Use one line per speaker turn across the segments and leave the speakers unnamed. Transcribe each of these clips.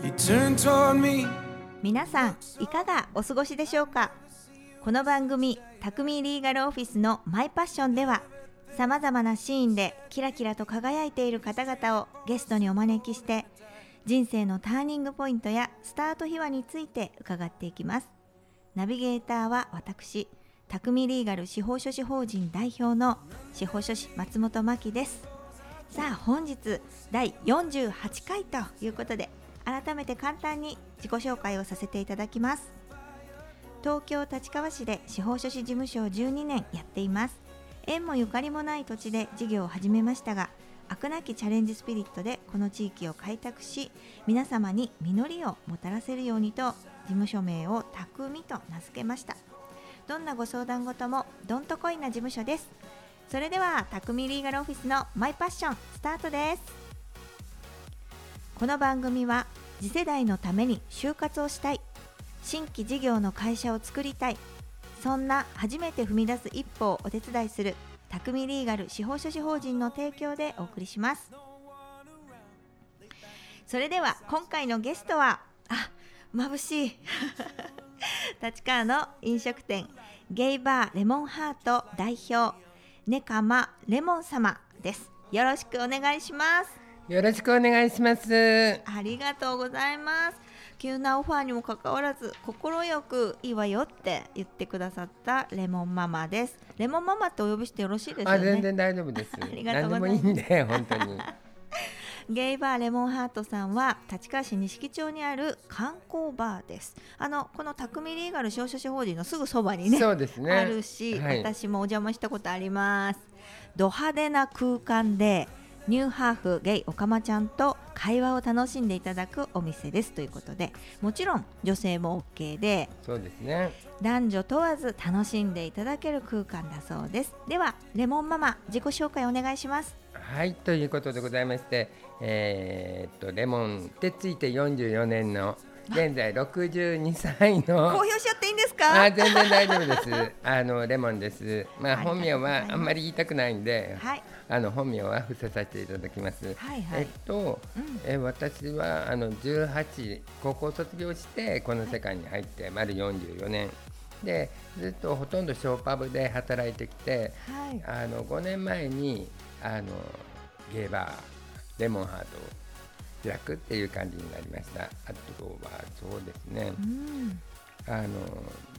He turned toward me.
皆さんいかがお過ごしでしょうかこの番組「たくみリーガルオフィス」の「マイパッション」ではさまざまなシーンでキラキラと輝いている方々をゲストにお招きして人生のターニングポイントやスタート秘話について伺っていきますナビゲーターは私たくみリーガル司法書士法人代表の司法書士松本真希ですさあ本日第48回ということで改めて簡単に自己紹介をさせていただきます東京立川市で司法書士事務所を12年やっています縁もゆかりもない土地で事業を始めましたが飽くなきチャレンジスピリットでこの地域を開拓し皆様に実りをもたらせるようにと事務所名を「たくみ」と名付けましたどんなご相談事もどんとこいな事務所ですそれではたくみリーガルオフィスのマイパッションスタートですこの番組は次世代のために就活をしたい新規事業の会社を作りたいそんな初めて踏み出す一歩をお手伝いする匠リーガル司法書士法人の提供でお送りしますそれでは今回のゲストはあ眩しい 立川の飲食店ゲイバーレモンハート代表ネカマレモン様ですよろしくお願いします
よろしくお願いします。
ありがとうございます。急なオファーにもかかわらず、快くいいわよって言ってくださったレモンママです。レモンママってお呼びしてよろしいです
あ、
よ
全
ね。
然大丈夫です。
りがとう
何
ござ
でも
い
い
ま
い
す
んで、本当に。
ゲイバーレモンハートさんは立川市錦町にある観光バーです。あのこの匠リーガル少書士法人のすぐそば にね。
そうですね。
あるし、
はい
私もお邪魔したことありますド派手な空間でニューハーフゲイオカマちゃんと会話を楽しんでいただくお店ですということでもちろん女性も OK で
そうですね。
男女問わず楽しんでいただける空間だそうですではレモンママ自己紹介お願いします
はい、ということでございまして、えーっと、レモンってついて44年の。現在62歳
公
の。
表しちゃっていいんですか
あ、全然大丈夫です。 あの、レモンです。まあ、
ありがとう
本
ござい
名
ます
はあんまり言いたくないんで。
はい
あの、本名は伏せさせていただきます。
はいは
えっ
い
と、
うん
えー私はあの18高校卒業してこの世界に入って丸44年でずっとほとんどショーパブで働いてきて
はい
あの5年前にあのゲーバーレモンハートを開くっていう感じになりましたあとはそうですね
うん
あの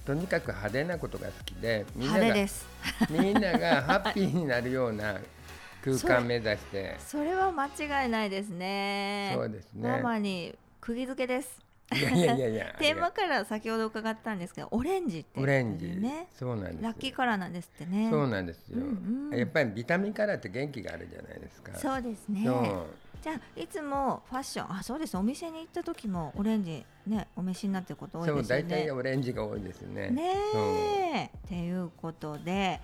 とにかく派手なことが好きでみんな
派手
が
です
みんながハッピーになるような空間目指して
それは間違いないですね
そうですね
ママに釘付けです
いやいやいやい や
テーマから先ほど伺ったんですけどオレンジって
オレンジ、
ね
そうなんです
ラッキーカラーなんですってね
そうなんですよ、
うんうん
やっぱりビタミンカラーって元気があるじゃないですか
そうですね
そう
じゃあいつもファッションあそうですお店に行った時もオレンジねお召しになってること多い
そう
ですよ
大体
ね
オレンジが多いですね
ね
そう
えっていうことで、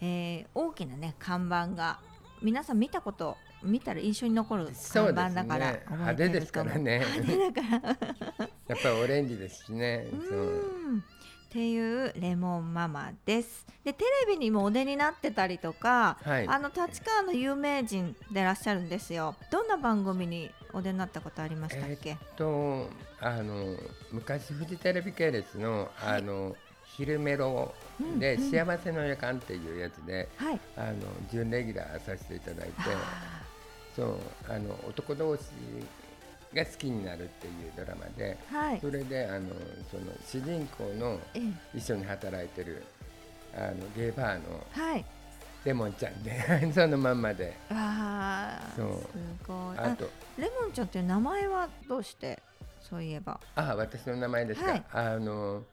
えー大きなね看板が皆さん見たこと見たら印象に残る
そ
看
うで
板
すね
だから
派手ですからね
覚えてると思う派手だから
やっぱりオレンジですしねそううん
っていうレモンママです。でテレビにもお出になってたりとか、
はい
あの立川の有名人でいらっしゃるんですよ。どんな番組にお出になったことありましたっけ？
とあの昔フジテレビ系列の「あの昼メロ」で「
うんうん
幸せの予感」っていうやつで、
はい。
あの準レギュラーさせていただいて
あ
そうあの男同士が好きになるっていうドラマで、
ー はい。
それであのその主人公の
ええ
一緒に働いてるあのゲイバーの
はい。
レモンちゃんで そのまんまで
わあ、す
そう
ごい。あ、
あと
レモンちゃんっていう名前はどうして？そういえば。
あ私の名前ですか、
はい
あの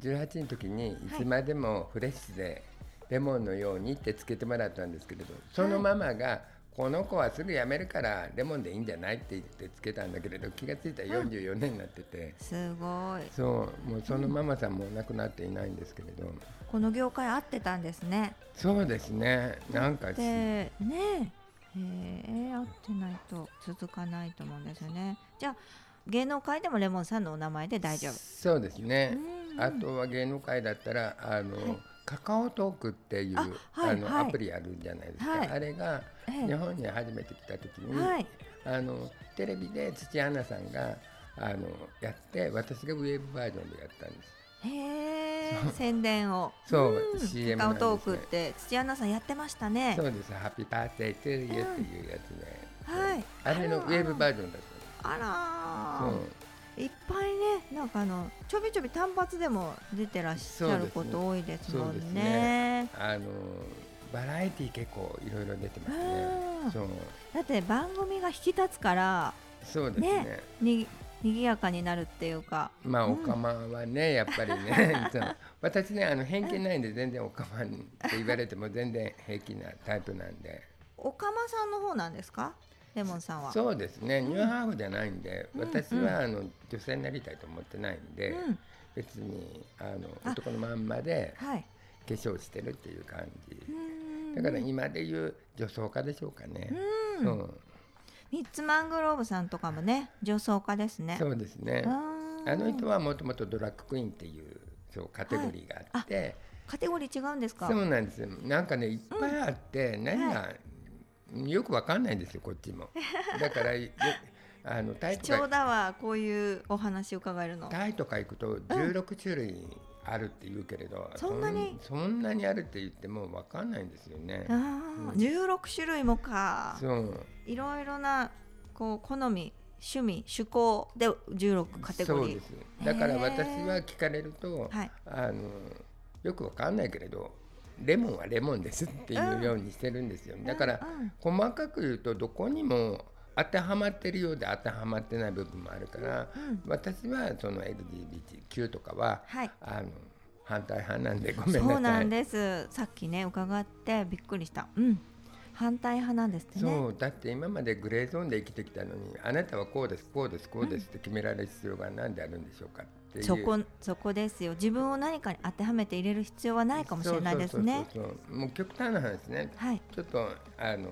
18の時にい
はい
つまでもフレッシュでレモンのようにってつけてもらったんですけれどそのママが、この子はすぐ辞めるからレモンでいいんじゃないって言ってつけたんだけれど気がついたら44年になってて、
すごい。
そうもうそのママさんも亡くなっていないんですけれど、
この業界合ってたんですね。
そうですねなんか
でねええー合ってないと続かないと思うんですよねじゃあ芸能界でもレモンさんのお名前で大丈夫
そうですね
うんう。ん
あとは芸能界だったらあの、
はい
カカオトークっていう
あ
あ、
はい
の
はい
アプリあるじゃないですか。
はい
あれが
ええ
日本に初めて来た時に、
はい
あのテレビで土屋アンナさんがあのやって私がウェブバージョンでやったんです
へえ宣伝を
そう CM
カ
な
オ
んです
ト
ね
ークって土屋アナさんやってましたね
そうです「ハッピーバースデートゥーユー」っていうやつね、
はい
あれのウェブバージョンだっ
あ
た
ら
ん
ー
です、うん
いっぱいねなんかあのちょびちょび単発でも出てらっしゃること多いですもん
そうです
ね
ねあのバラエティー結構いろいろ出てます
うん
ねそう
だって番組が引き立つから
そうですね
ねににぎやかになるっていうか
まあ
うん
おかまはねやっぱり ねそう私ねあの偏見ないんで全然おかまって言われても全然平気なタイプなんで
おかまさんの方なんですかレモンさんは
そうですねニューハーフじゃないんで
うん
私はあの女性になりたいと思ってないんで
うん
別にあの
あ
男のまんまで
はい
化粧してるっていう感じ
うん
だから今でいう女装家でしょうかね
うん
うん
ミッツマングローブさんとかもね女装家ですね
そうですね
あ
あの人はもともとドラッグクイーンっていうそうカテゴリーがあって、
カテゴリー違うんですか
そうなんですよなんかねいっぱいあって、何が、よくわかんないんですよこっちもだから よあのタイ
貴
と
重
か
だわこういうお話伺えるの
タイとか行くと16種類あるって言うけれど、
そんなに
そんそんなにあるって言ってもわかんないんですよね
あ、ー
うん
16種類もか
そう
いろいろなこう好み趣味趣向で16カテゴ
そう
リー
ですだから
へー
私は聞かれると、
はい
あのよくわかんないけれどレモンはレモンですっていうようにしてるんですよ、だから、
うん
細かく言うとどこにも当てはまってるようで当てはまってない部分もあるから、
うん
私はその LGBTQ とかは、
はい
あの反対派なんでごめんなさい
そうなんですさっきね伺ってびっくりしたうん反対派なんですってね
そうだって今までグレーゾーンで生きてきたのにあなたはこうですこうですこうですって決められる必要が何であるんでしょうかっていう
そこそこですよ自分を何かに当てはめて入れる必要はないかもしれないですね
そうそうそうそうもう極端な話ね
はい
ちょっとあの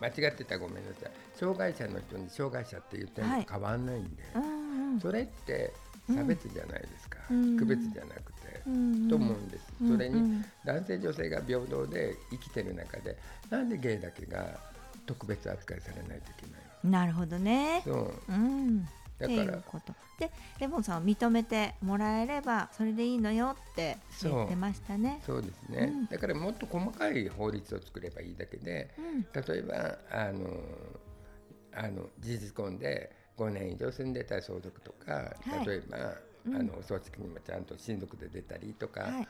間違ってたらごめんなさい障害者の人に障害者って言っても
はい
変わんないんで、
うん
それって差別じゃないですか、
うん
区別じゃなくて、
うん
と思うんです、
うん
それ
う
に
ん
男性女性が平等で生きてる中でなんでゲイだけが特別扱いされないといけない
うんなるほどね
のそう
うん
だ
って
か
いう
ら
ことでレモンさんは認めてもらえればそれでいいのよって言ってましたね。
そうですね、
うん
だからもっと細かい法律を作ればいいだけで
うん
例えばあのあの事実婚で5年以上住んでた相続とか、
はい
例えば、
うん
あのお葬式にもちゃんと親族で出たりとか、
はい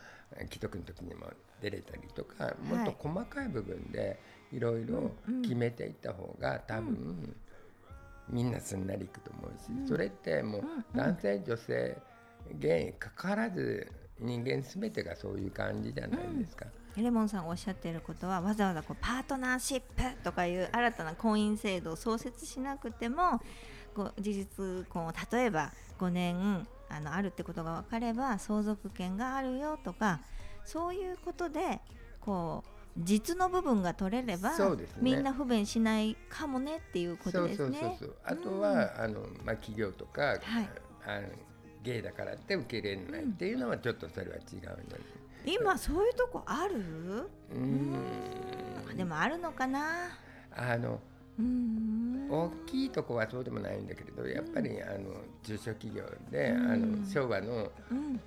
既得の時にも出れたりとかもっと細かい部分でいろいろ
うんうん
決めていった方が多分、みんなすんなりいくと思うし、
うん
それってもう
うんうん
男性女性ゲイかかわらず人間全てがそういう感じじゃないですか。
レモンさんがおっしゃっていることはわざわざこうパートナーシップとかいう新たな婚姻制度を創設しなくてもこう事実婚を例えば5年あのあるってことが分かれば相続権があるよとかそういうことでこう実の部分が取れれば、
そうですね
みんな不便しないかもねっていうことですね。
そうそうそうそう。あとは、あのまあ企業とか、あのゲイだからって受け入れないっていうのはちょっとそれは違うんだよね。
今そういうとこある
うーん。
でもあるのかな
あの
うん
大きいとこはそうでもないんだけれど、やっぱりあの中小企業で、
うん
あの昭和の
うん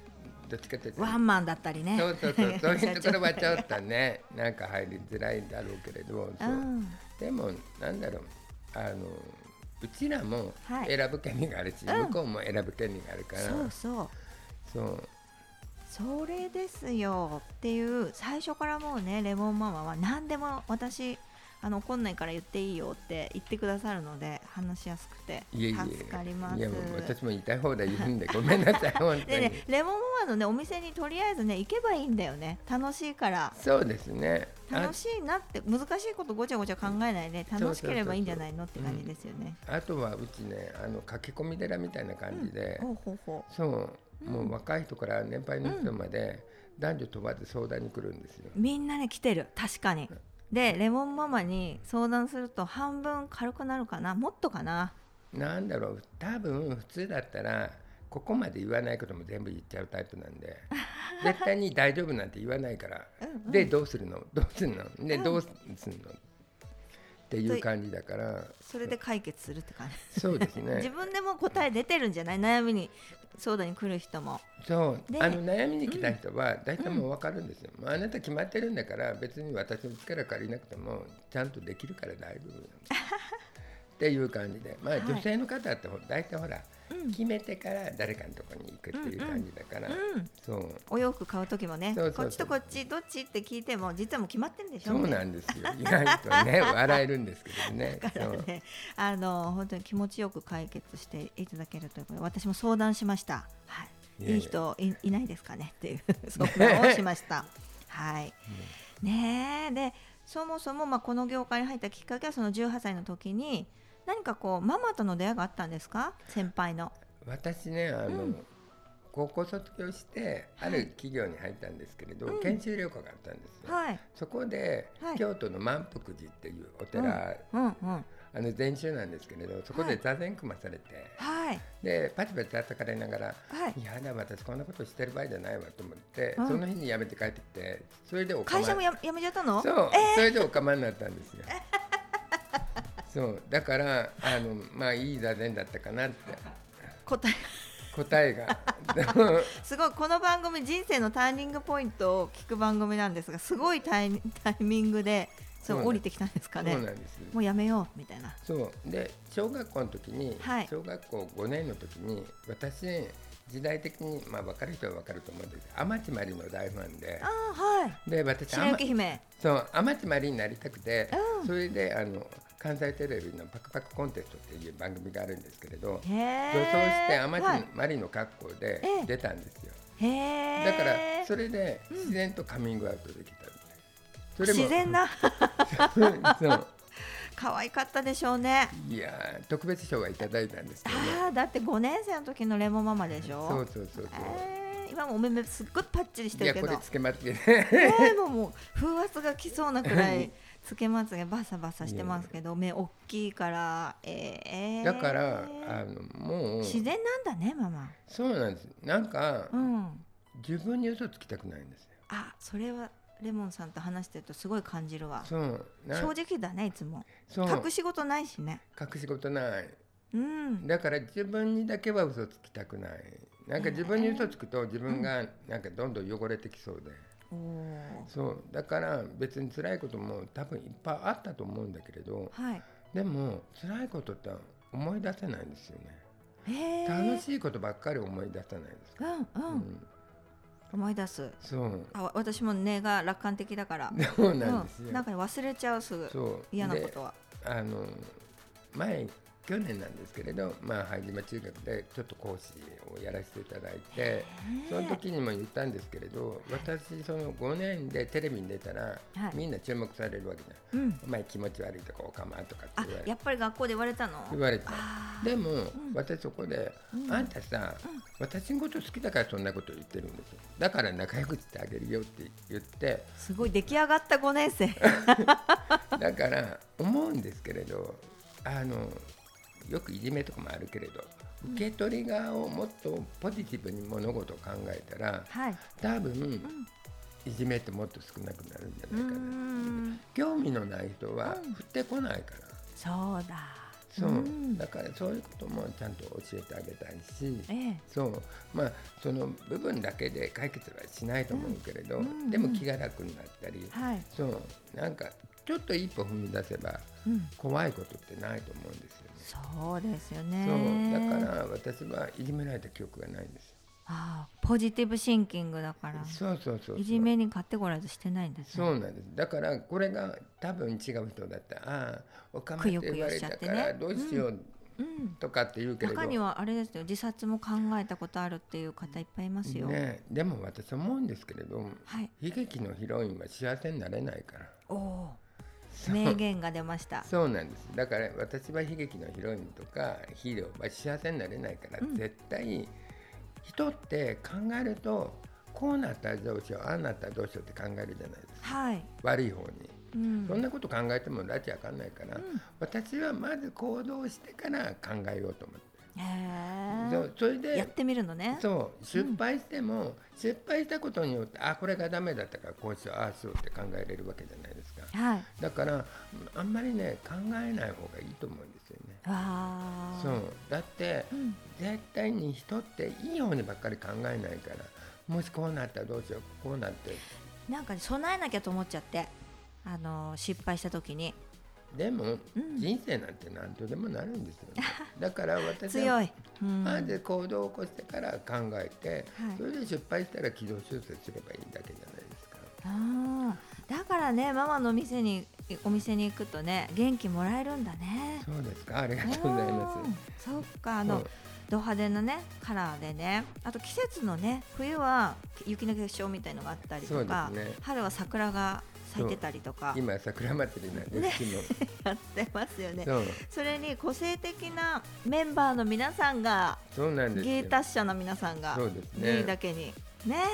どっちかというと。
ワンマンだったりね
そうそうそう、そういうところはちょ
社
っとね、なんか入りづらいだろうけれど、
長
そううんでもなんだろうあのうちらも
はい
選ぶ権利があるし、
うん
向こうも選ぶ権利があるから、
そうそう
そう
それですよっていう最初からもうねレモンママは何でも私あの怒んないから言っていいよって言ってくださるので話しやすくて
いえいえ
助かります
いやもう私も言いたい放題言うんでごめんな さい本当
で
に、
ねレモンママのねお店にとりあえずね行けばいいんだよね楽しいから
そうですねあ
楽しいなって難しいことごちゃごちゃ考えないで
ん
楽しければいいんじゃないのって感じですよね。
あとはうちねあの駆け込み寺みたいな感じで、
ほうほうほ
そう、
うん
もう若い人から年配の人まで、男女問わず相談に来るんですよ
うみんなね来てる確かに。でレモンママに相談すると半分軽くなるかなもっとかな。
なんだろう多分普通だったらここまで言わないことも全部言っちゃうタイプなん で絶対に大丈夫なんて言わないから
うんうん
でどうするのどうするのでどうするのっていう感じだから
それで解決するって感じ
そうで す
自
ね
分でも答え出てるんじゃない悩みに相談に来る人も
そう
で
あの悩みに来た人は大体もう分かるんですよ、もうあなた決まってるんだから別に私の力借りなくてもちゃんとできるから大丈夫っていう感じでまあ
はい
女性の方ってほ大体ほら、
うん
決めてから誰かのところに行くっていう感じだから、
うん
そう
お洋服買う時もね
そうそうそう
こっちとこっちどっちって聞いても実はもう決まってるんでしょ
そう
みた
ないんですよ意外とね笑えるんですけどね
だからねあの本当に気持ちよく解決していただけるということで私も相談しました、はい
い
い
やいや
い人いいないですかねっていう 相談をしましたはいねえでそもそもまあこの業界に入ったきっかけはその18歳の時に何かこうママとの出会いがあったんですか先輩の
そう私ねあの、
うん
高校卒業してある企業に入ったんですけれど、
うん
研修旅行があったんですよ、
はい
そこで、
はい
京都の満福寺っていうお寺、
うんうん
あの禅宗なんですけれどそこ
は
で
い
座禅組まされて、
はい
でパチパチ叩かれながら
はい
「いやだ私こんなことしてる場合じゃないわ」と思って、
うん
その日に辞めて帰ってきてそれでお
会
釜
社もややめちゃったの
そう、それでお釜になったん ですよ。そうだからあのまあいい座禅だったかなって
答え
答えが
すごいこの番組人生のターニングポイントを聞く番組なんですがすごいタイタイミングでそ
そう
う
ね
降りてきたんですか
そう
ね
なんです。
もうやめようみたいな
そうで小学校の時に、
はい
小学校5年の時に私時代的にまあ分かる人は分かると思うんですけど天地真理の大ファンで
ああはい
で私
白
天
雪姫
そう天地真理になりたくて、
うん
それであの関西テレビの「パクパクコンテスト」っていう番組があるんですけれど
へえ
女装して天地
はい
真理の格好で
ええ
出たんですよ、
へえ
だからそれで自然とカミングアウトできたみたいな
自然な
なそう
可愛かったでしょうね
いやー特別賞はいただいたんですけどね
ああだって5年生の時のレモンママでしょ
そうそうそうそう、
えー今もお目目すっごいパッチリしてる
いや
け
こ
ど
れつけまつけね
えーもうもう風圧が来そうなくらいつけまつげバサバサしてますけど目大きいからえー、
だからあのもう
自然なんだねママ
そうなんですなんか、
うん
自分に嘘つきたくないんですよ
あそれはレモンさんと話してるとすごい感じるわ
そうな
正直だねいつも
そう
隠し事ないしね
隠し事ない
うん
だから自分にだけは嘘つきたくないなんか自分に嘘つくと自分がなんかどんどん汚れてきそうで、
おー
そうだから別に辛いことも多分いっぱいあったと思うんだけれど
はい
でも辛いことって思い出せないんですよね
えー、
楽しいことばっかり思い出さないですか、
うんうん、
うん、
思い出す
そう
あわ私も根が楽観的だから
そうなんですよ、
うん、なんか忘れちゃうすぐ
そう
嫌なことは
であの前去年なんですけれど、まあ、拝島中学でちょっと講師をやらせていただいて
え
その時にも言ったんですけれど私その5年でテレビに出たら、
はい
みんな注目されるわけじゃない
うん
「お前気持ち悪い」とか「おかま」とかって
あ
言われ
やっぱり学校で言われたの
言われて
あー
でも、
ん
私そこで、
うん
あんたさ、私のこと好きだからそんなこと言ってるんですよだから仲良くしてあげるよって言って
すごい出来上がった5年 生
だから思うんですけれどあのよくいじめとかもあるけれど受け取り側をもっとポジティブに物事を考えたら
はい
多分いじめってもっと少なくなるんじゃ
う
な
ー
いかな。
ん
興味のない人は
うん
振ってこないから、
そうだ
そう
うん
だからそういうこともちゃんと教えてあげたいし。
ええ
そうまあその部分だけで解決はしないと思うけれど、
うんうん
でも気が楽になったり、
はい
そうなんかちょっと一歩踏み出せば
うん
怖いことってないと思うんですよね。
そうですよ
そう
ね
だから私はいじめられた記憶がないんですよ。
あーポジティブシンキングだから
そうそうそうそう。
いじめにカテゴライズしてないんですね
そうなんです。だからこれが多分違う人だったら、ああおかまって言わ
くよくよ
れたか
しちゃって
ら
ね
どうしよう
うん
とかって言うけれど、
中にはあれですよ自殺も考えたことあるっていう方いっぱいいますよ、
ねでも私思うんですけれど、
はい
悲劇のヒロインは幸せになれないから。
おお
そう
名言が出ました
そうなんですだから私は悲劇のヒロインとかヒーローは幸せになれないから、
うん
絶対人って考えるとこうなったらどうしようああなったらどうしようって考えるじゃないですか
はい、
悪い方に、
うん、
そんなこと考えてもらちあかんないから、私はまず行動してから考えようと思って
へえ
そうそれ
やっ
で
てみるのね
そう失敗しても、失敗したことによってあこれがダメだったからこうしようああしようって考えれるわけじゃないですか
はい
だからあんまりね考えない方がいいと思うんですよね
わあ
そうだって、
ん
絶対に人っていい方にばっかり考えないからもしこうなったらどうしようこうなって
なんか備えなきゃと思っちゃってあの失敗した時に
でも、
うん
人生なんて何とでもなるんです よねだから私
強、
はい
うん
まず行動を起こしてから考えて、
はい
それで失敗したら軌道修正すればいいだけじゃないですか
あーだからねママの店にお店に行くとね元気もらえるんだね
そうですかありがとうございます
すそっかあの、
うん
ド派手なねカラーでねあと季節のね冬は雪の結晶みたいのがあったりとか、
そうですね
春は桜が咲いてたりとか
今桜祭りなんですけど、
やってますよね
そう
それに個性的なメンバーの皆さんが
そうなんですよ
芸達者の皆さんが
そうですね
いいだけにね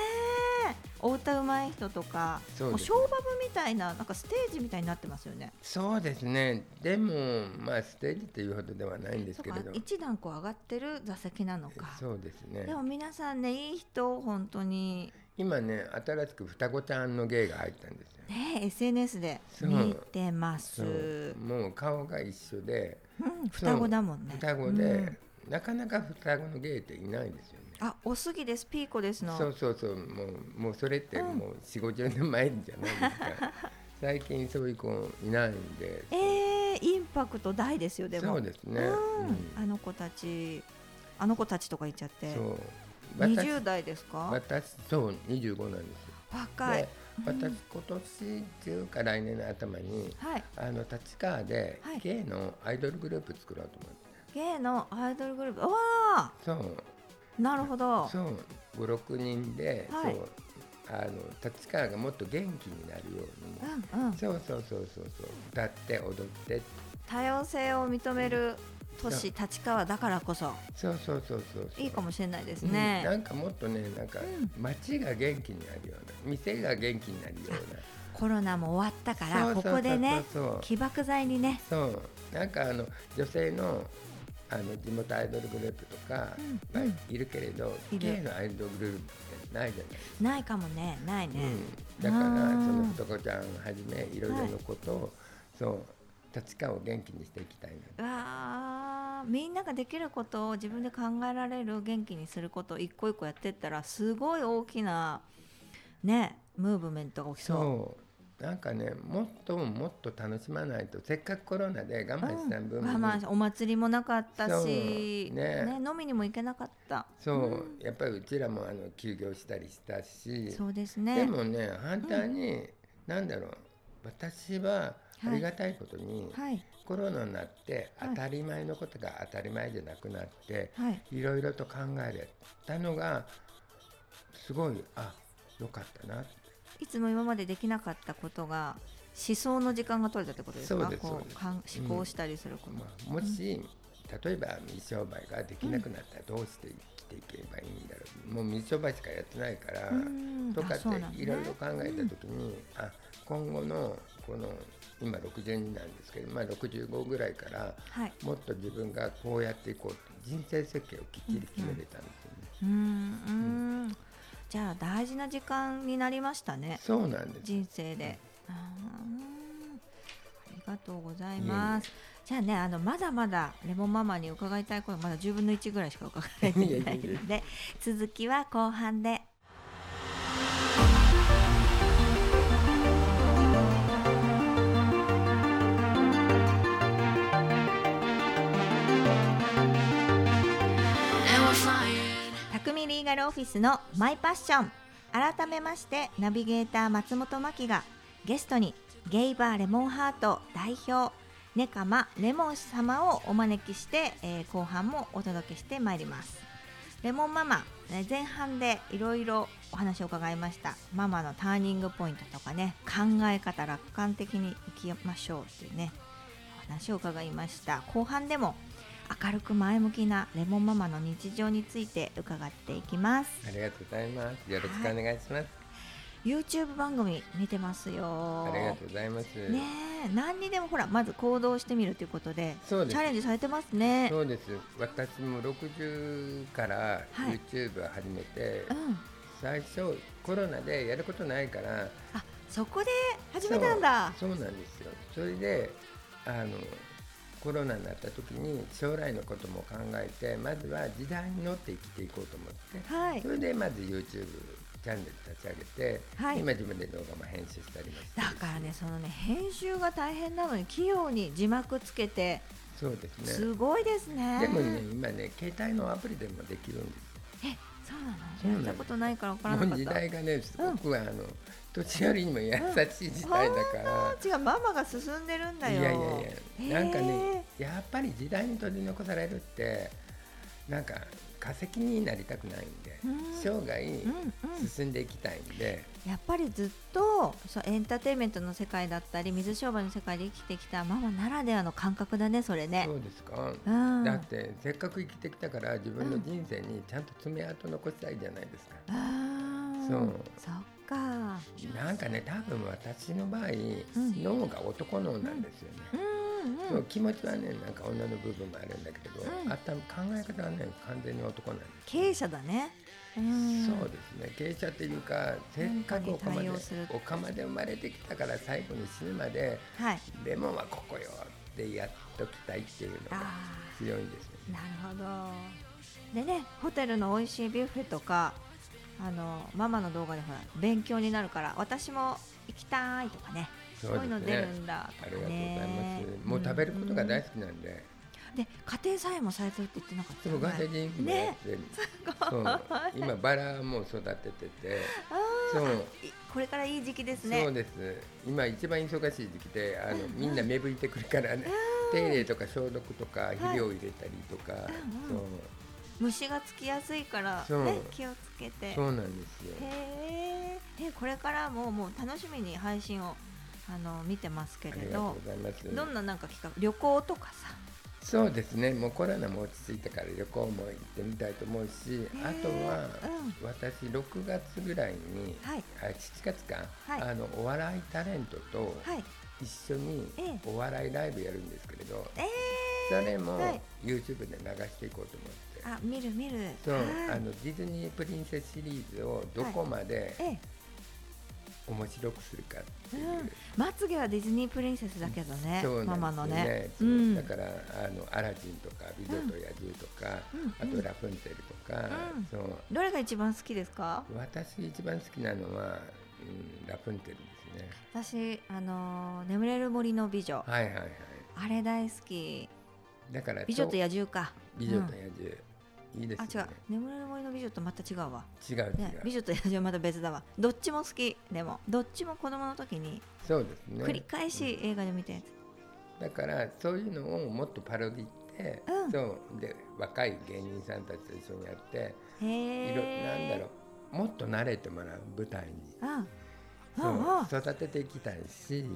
えお歌うまい人とか
そう
も
で
う
す
ショーバブみたいななんかステージみたいになってますよね。
そうですねでもまあステージっていうほどではないんです
と
け
か
れど
一段こう上がってる座席なのか。
そうですね
でも皆さんねいい人本当に
今ね新しく双子ちゃんの芸が入ったんですよ
ね SNS で
そう
見てます。
そううもう顔が一緒で
ん双子だもんね。
双子
う
で
ん、
なかなか双子の芸っていないんですよね
あおすぎですピーコですの。
そうそうそうもうもうそれって
うん
もう4 5 0年前じゃないです か最近そういう子いないんで
えー、インパクト大ですよでも。
そうですね、
うん
うん
あの子たちあの子たちとか言っちゃって
そう私
20代ですか
私そう25なんですよ
若い
で私今年中か来年の頭に
はい
あの立川で
はい
芸のアイドルグループ作ろうと思って、
芸のアイドルグループうわ
そう
ーなるほど
そう56人で、
はい
そうあの立川がもっと元気になるように、
うんうん
そうそうそうそうそう歌って踊って
多様性を認める都市立川だからこそ
そうそうそうそうそう
いいかもしれないです
うんな
ね
んかもっとねなんか街が元気になるような店が元気になるよ
コロナも終わったか
うな、
ら
そ
こ
うそう
こでね
そうそう
起爆剤にね
そうなんかあの女性のあの地元アイドルグループとか
うん
が
うん
いるけれど、
いる
ゲイのアイドルグループってないじゃないですか、
ないかもねないね
うん、だから
あー
その男ちゃんはじめいろいろのことを、そう立川を元気にしていきたいな
うわーみんなができることを自分で考えられる元気にすることを一個一個やってったらすごい大きなねムーブメントが起きそう
そうなんかねもっともっと楽しまないとせっかくコロナで我慢した
我
分、
慢しお祭りもなかった
そう
し、
ね
飲みにも行けなかった
そう、やっぱりうちらもあの休業したりしたし
そうです
で
ね
もね反対に、なんだろう私はありがたいことに、
はい
コロナになって
はい
当たり前のことが当たり前じゃなくなって、
はい
い、ろいろと考えれたのがすごいあよかったなって
いつも今までできなかったことが思想の時間が取れたってことです
そ
か
うです
こ
そう
う
です
かん思考したりすること、
まあもし、例えば未商売ができなくなったらどうして生きていけばいいんだろう、もう未商売しかやってないから、
うん
とか
あ
っ
そうなんです
て
ね
いろいろ考えた時に、あ今後のこの今62なんですけど、まあ、65ぐらいから
はい
もっと自分がこうやっていこうって人生設計をきっちり決めれたんですよね。
うーんうんじゃあ大事な時間になりましたね
そうなんです
人生で。あーありがとうございます。じゃあね、あのまだまだレモンママに伺いたい声まだ10分の1ぐらいしか伺えていない
いやいやいや
ので、続きは後半で。
And we're flying.
匠リーガルオフィスのマイパッション改めましてナビゲーター松本真希がゲストにゲイバーレモンハート代表ネカマレモン様をお招きして、えー後半もお届けしてまいりますレモンママ、えー前半でいろいろお話を伺いましたママのターニングポイントとかね考え方楽観的にいきましょうっていうねお話を伺いました後半でも明るく前向きなレモンママの日常について伺っていきます
ありがとうございます。よろしくお願いします。
YouTube 番組見てますよ
ありがとうございます。
ねえ何にでもほらまず行動してみるということで
そうです
チャレンジされてますね
そうです私も60から
はい
YouTube を始めて、
うん
最初コロナでやることないから
あそこで始めたんだ
そうそうなんですよそれであのコロナになった時に将来のことも考えてまずは時代に乗って生きていこうと思って
はい
それでまず YouTube チャンネル立ち上げて、
はい
今自分で動画も編集したりもして
だ
るし
からねそのね編集が大変なのに器用に字幕つけて
そうですね
すごいですね
でもね今ね携帯のアプリでもできるんです
えそう
そう
な
な
の
の
やったことないから分から
も
なか
う
っ
時
た
代がねすごくあの、年寄りにも優しい時代だから、
違うママが進んでるんだよ
いやいやいやなんかね
へ
やっぱり時代に取り残されるってなんか化石になりたくないんで、
うん
生涯
えうんうん
進んでいきたいんで、
やっぱりずっとそうエンターテインメントの世界だったり水商売の世界で生きてきたママならではの感覚だねそれね
そうですか、
うん
だってせっかく生きてきたから自分の人生にちゃんと爪痕残したいじゃないですか、
あー
そう
そっか
なんかね多分私の場合、
ん
脳が男脳なんですよね、
うんうん
そう気持ちはねなんか女の部分もあるんだけど、
うん
あった考え方はね完全に男なんです
経営者だねうん
そうですね経営者っていうかせっかくおか
文
まで
化に対応する
おかまで生まれてきたから最後に死ぬまで
はい
レモンはここよってやっときたいっていうのが
あ
強いんですよ
ーなるほどでねホテルの美味しいビュッフェとかあのママの動画でほら勉強になるから私も行きたいとかね
そ
そうう
ですね
いうの出るんだ
あ
と
りがとう
か
ございま
ね
す、もう食べることが大
き
好きなんで、
で家庭菜園もされてるって言ってなかった
でもガセ
前
リンもや
ね
ってる、そう今バラも育ててて
あ
そう
ーいこれからいい時期です
そう
ね
です今一番忙しい時期であのみんな芽吹いてくるからね手入れとか消毒とか肥料入れたりとか、
うん虫がつきやすいから、
そう
ね、気をつけて
そうそうなんですよ
へーでこれからももう楽しみに配信をあの見てますけ
あ
れ
りがと
ど
うございます
どんななんか企画旅行とかさ
そうですね、もうコロナも落ち着いたから旅行も行ってみたいと思うし、あとは、
うん
私、6月ぐらいに、
はい
あ7月か、
はい
あのお笑いタレントと
はい
一緒に
ええ
お笑いライブやるんですけれど、
え
それも
はい
YouTube で流していこうと思って、
ー、あ見る見る
そう
はい
あのディズニープリンセスシリーズをどこまで
え
面白くするかって
ー
いうう。
ん、まつげはディズニープリンセスだけどね
そうなんですよ
ママのね
そう
うん
だからあのアラジンとか美女と野獣とか、
うんうん
あとラプンツェルとか、
うん
そう
どれが一番好きですか
私一番好きなのは、うん、ラプンツェルですね。
私あのー眠れる森の美女、
はいはいはい。
あれ大好き
だから
美女と
野
野獣か
美女と
う
野
ん
獣、いいで
あ
す
違
よ
う眠れる森の美女とまた違うわ
ね。違う違う。
ね、美女と野獣はまた別だわどっちも好きでもどっちも子供の時に
そうですね。
繰り返し映画で見たやつ、
だからそういうのをもっとパロディって、
うん
そうで若い芸人さんたちと一緒にやって、い
へ
ろなん
え
だろうもっと慣れてもらう舞台に。
うん
そう
うんうん
育てていきたいし、
う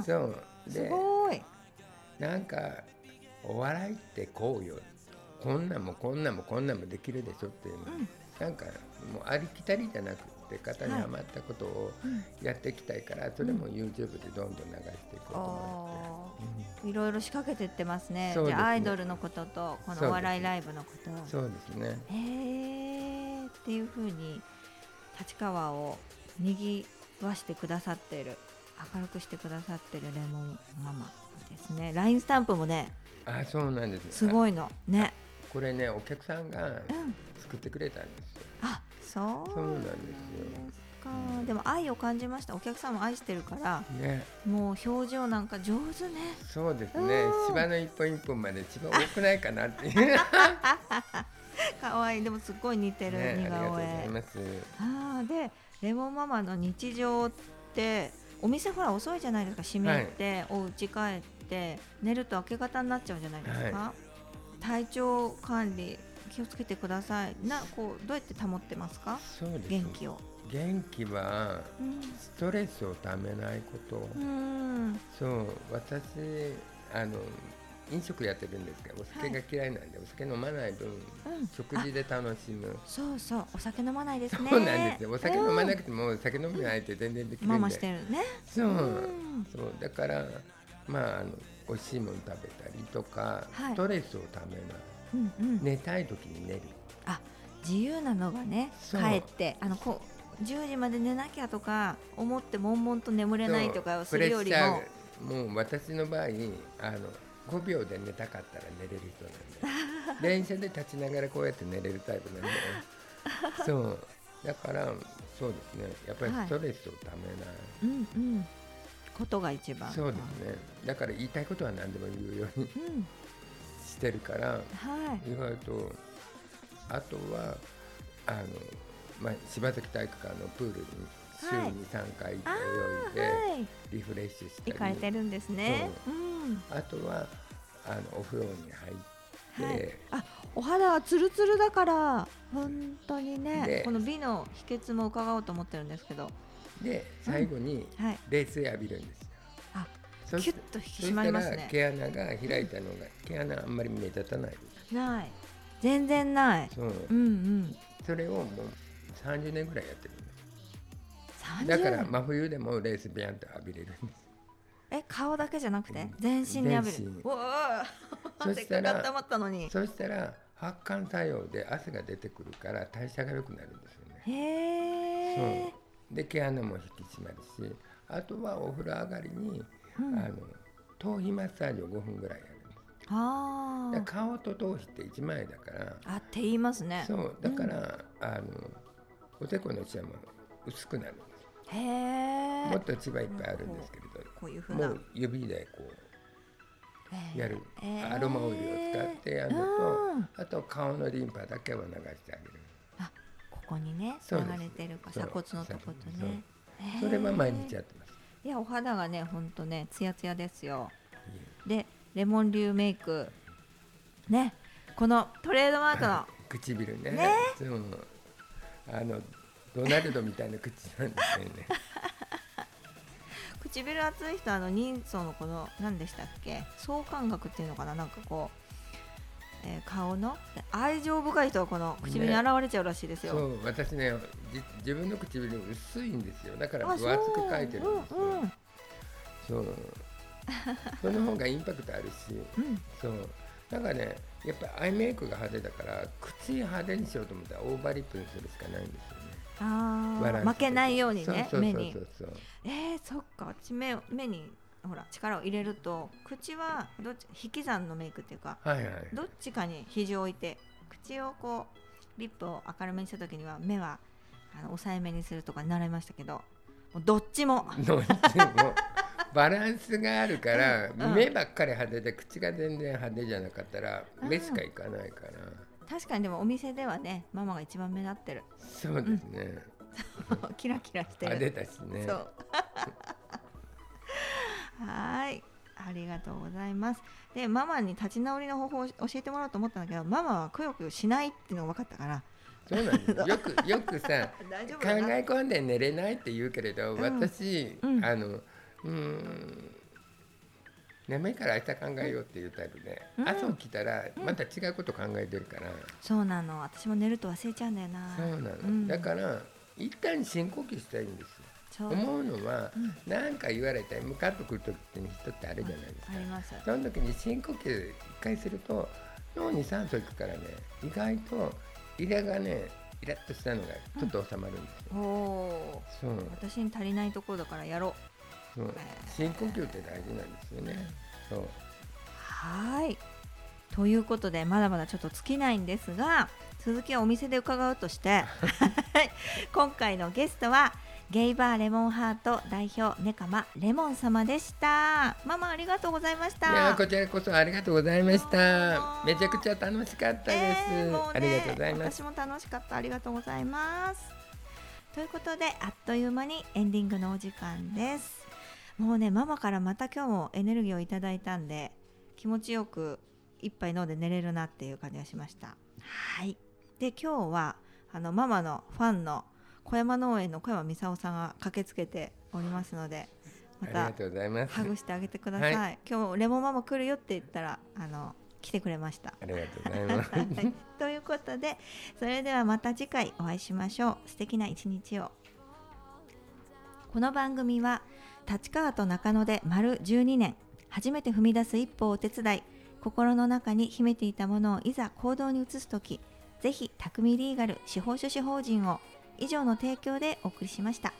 ん
そう
す
で
ごい
なんかお笑いってこうよこんなんもこんなんもこんなんもできるでしょっていうの、
ん
なんかもうありきたりじゃなくて型にはまったことをやっていきたいから、それも YouTube でどんどん流していこうと
お
思って、う
ー
ん
いろいろ仕掛けてってますね
そう
じ
ですね
ゃあアイドルのこととこ
そうですね
のお笑いライブのこと
そうですね
へえっていうふうに立川を賑わしてくださってる明るくしてくださってるレモンママですね LINE スタンプもね
あそうなんです
す
あ
ごいのね
これねお客さんが
うん
作ってくれたんですよ
あそう
そうなんです
かでも愛を感じましたお客さんも愛してるから
ね
もう表情なんか上手ね
そうですね
うん
芝の一本一本まで芝多くないかなっていう、ね、
可愛いでもすっごい似
あ
て
り
る
が
似
とうご
顔絵、
ざいます
あーでレモンママの日常ってお店ほら遅いじゃないですか閉めて、お家帰って寝ると明け方になっちゃうじゃないですか、
は
体調管理気をつけてくださいなこうどうやって保ってますか
そうですね
元気を
元気は
うん
ストレスをためないこと、
うん
そう私あの飲食やってるんですけどお酒が嫌いなんで、お酒飲まない分、
ん
食事で楽しむ
そうそうお酒飲まないですね
そうなんですよお酒飲まなくても、酒飲むないって全然できるん
うんマ
で、
マしてるね
そう,、
ん
そうだからまああの美味しいもの食べたりとか、
はい
ストレスをためます
うんうん、
寝たい時に寝る
あ自由なのがね
そう
かえってあのこう10時まで寝なきゃとか思って悶々と眠れないとかをするよ りも
ももう私の場合あの5秒で寝たかったら寝れる人なんで電車で立ちながらこうやって寝れるタイプなんでそうだからそうですねやっぱり
はい
ストレスをためない、
うんうんことが一番
そうですねだから言いたいことは何でも言うように
うん
してるか
は
ら
い
意外とあとはあの、まあ、柴崎体育館のプールに週
はい
に3回泳い
あー
で、
はい
リフレッシュし
行
た
かれ
り
てるんですねうん
あとはあのお風呂に入って、
はいあお肌はツルツルだから本当にね
で
この美の秘訣も伺おうと思ってるんですけど
で最後に
はい
冷水浴びるんですよ。
あ
そ
キ
し
ュッと引き締
そし
ま
た
ります
ら
ね
毛穴が開いたのが毛穴あんまり目立たないです。
ない全然ない
そう
うんうん
それをもう30年ぐらいやってるんで
30
す。だから真冬でも冷水ビャンと浴びれるん です。
え顔だけじゃなくて
うん
全身に浴び
全
る
身
おお
そ
せっ
した
からく温まったのに
そしたら発汗作用で汗が出てくるから代謝が良くなるんですよね。
へえ
そうで毛穴も引き締まるしあとはお風呂上がりに、
うん
あの頭皮マッサージを5分ぐらいやるんです
あ
で
ー
顔と頭皮って一枚だから
あって言いますね
そうだから、あのおでこのシワも薄くなるんで
へ
すも
え
っとシワいっぱいあるんですけれど
こういうふう
も
な
う指でこうやる、
えー
アロマオイルを使ってやるの
うん
とあと顔のリンパだけを流してあげる
あここにね
そうです
流れてるか
そう
鎖骨のとこと
そう
ねへー
それは毎日やってます、
いやお肌がねほんとねツヤツヤですよ
い
でレモン流メイクねこのトレードマークの
え唇ね
ね
そうあのドナルドみたいな口なんですよ ね
唇厚い人あの人相のこの何でしたっけ相関学っていうのかななんかこう、えー顔の愛情深い人はこの唇に
ね
現れちゃうらしいですよ、
そう私ねじ自分の唇薄いんですよだから
あ
分厚く描いてるんですよ、
うんうん
そうその方がインパクトあるし
うん
そうなんかねやっぱアイメイクが派手だから口派手にしようと思ったらオーバーリップにするしかないんですよね
あ
バラ
ー
ンス
負けないようにね
そうそう
目
そう
に
そうそう
えー、そっか私目を目にほら力を入れると口はどっち引き算のメイクっていうか
はいはい
どっちかに肘を置いて口をこうリップを明るめにした時には目はあの抑えめにするとかに習いましたけどもうどっちも
どっちもバランスがあるから、
うんうん
目ばっかり派手で口が全然派手じゃなかったら目しかいかないから、
確かにでもお店ではねママが一番目立ってる
そうですね、
キラキラして
派手
る、
だしね
そう はーいありがとうございますでママに立ち直りの方法を教えてもらおうと思ったんだけどママはくよくよしないっていうのが分かったから
そうなん ですよくよくさ
大丈夫
考
だな
え込んで寝れないって言うけれど、
ん
私、
うん
あのうーん眠いから明日考えようっていうタイプで、
うん
朝起きたらまた違うこと考えてるから、
そうなの私も寝ると忘れちゃうんだよな
そうなの、
ん
だから一旦深呼吸したいんですよ
そう
思うのは何、なん、か言われてムカッとくる時に人ってあるじゃないですか
あ、ります
その時に深呼吸一回すると脳に酸素いくからね意外とイラがねイラッとしたのがちょっと収まるんですよ、
おお
そう
私に足りないところだからやろう
そう深呼吸って大事なんですよね。そう
はーいということでまだまだちょっと尽きないんですが続きはお店で伺うとしてはい今回のゲストはゲイバーレモンハート代表ネカマレモン様でしたママありがとうございまし
いや
た
ーこちらこそありがとうございまし
どう
た
も。
めちゃくちゃ楽しかったです。
えーもうね
ありがとうございま
私
す。
も楽しかったありがとうございますということであっという間にエンディングのお時間ですもうねママからまた今日もエネルギーをいただいたんで気持ちよく一杯飲んで寝れるなっていう感じがしましたはいで今日はあのママのファンの小山農園の小山美沙夫さんが駆けつけておりますのでま
あり
た
がとうございます。
ハグしてあげてください、
は
今日レモンママ来るよって言ったらあの来てくれました
ありがとうございます。
はい ということでそれではまた次回お会いしましょう素敵な一日をこの番組は立川と中野で丸12年初めて踏み出す一歩をお手伝い心の中に秘めていたものをいざ行動に移す時ぜひ匠リーガル司法書士法人を以上の提供でお送りしました。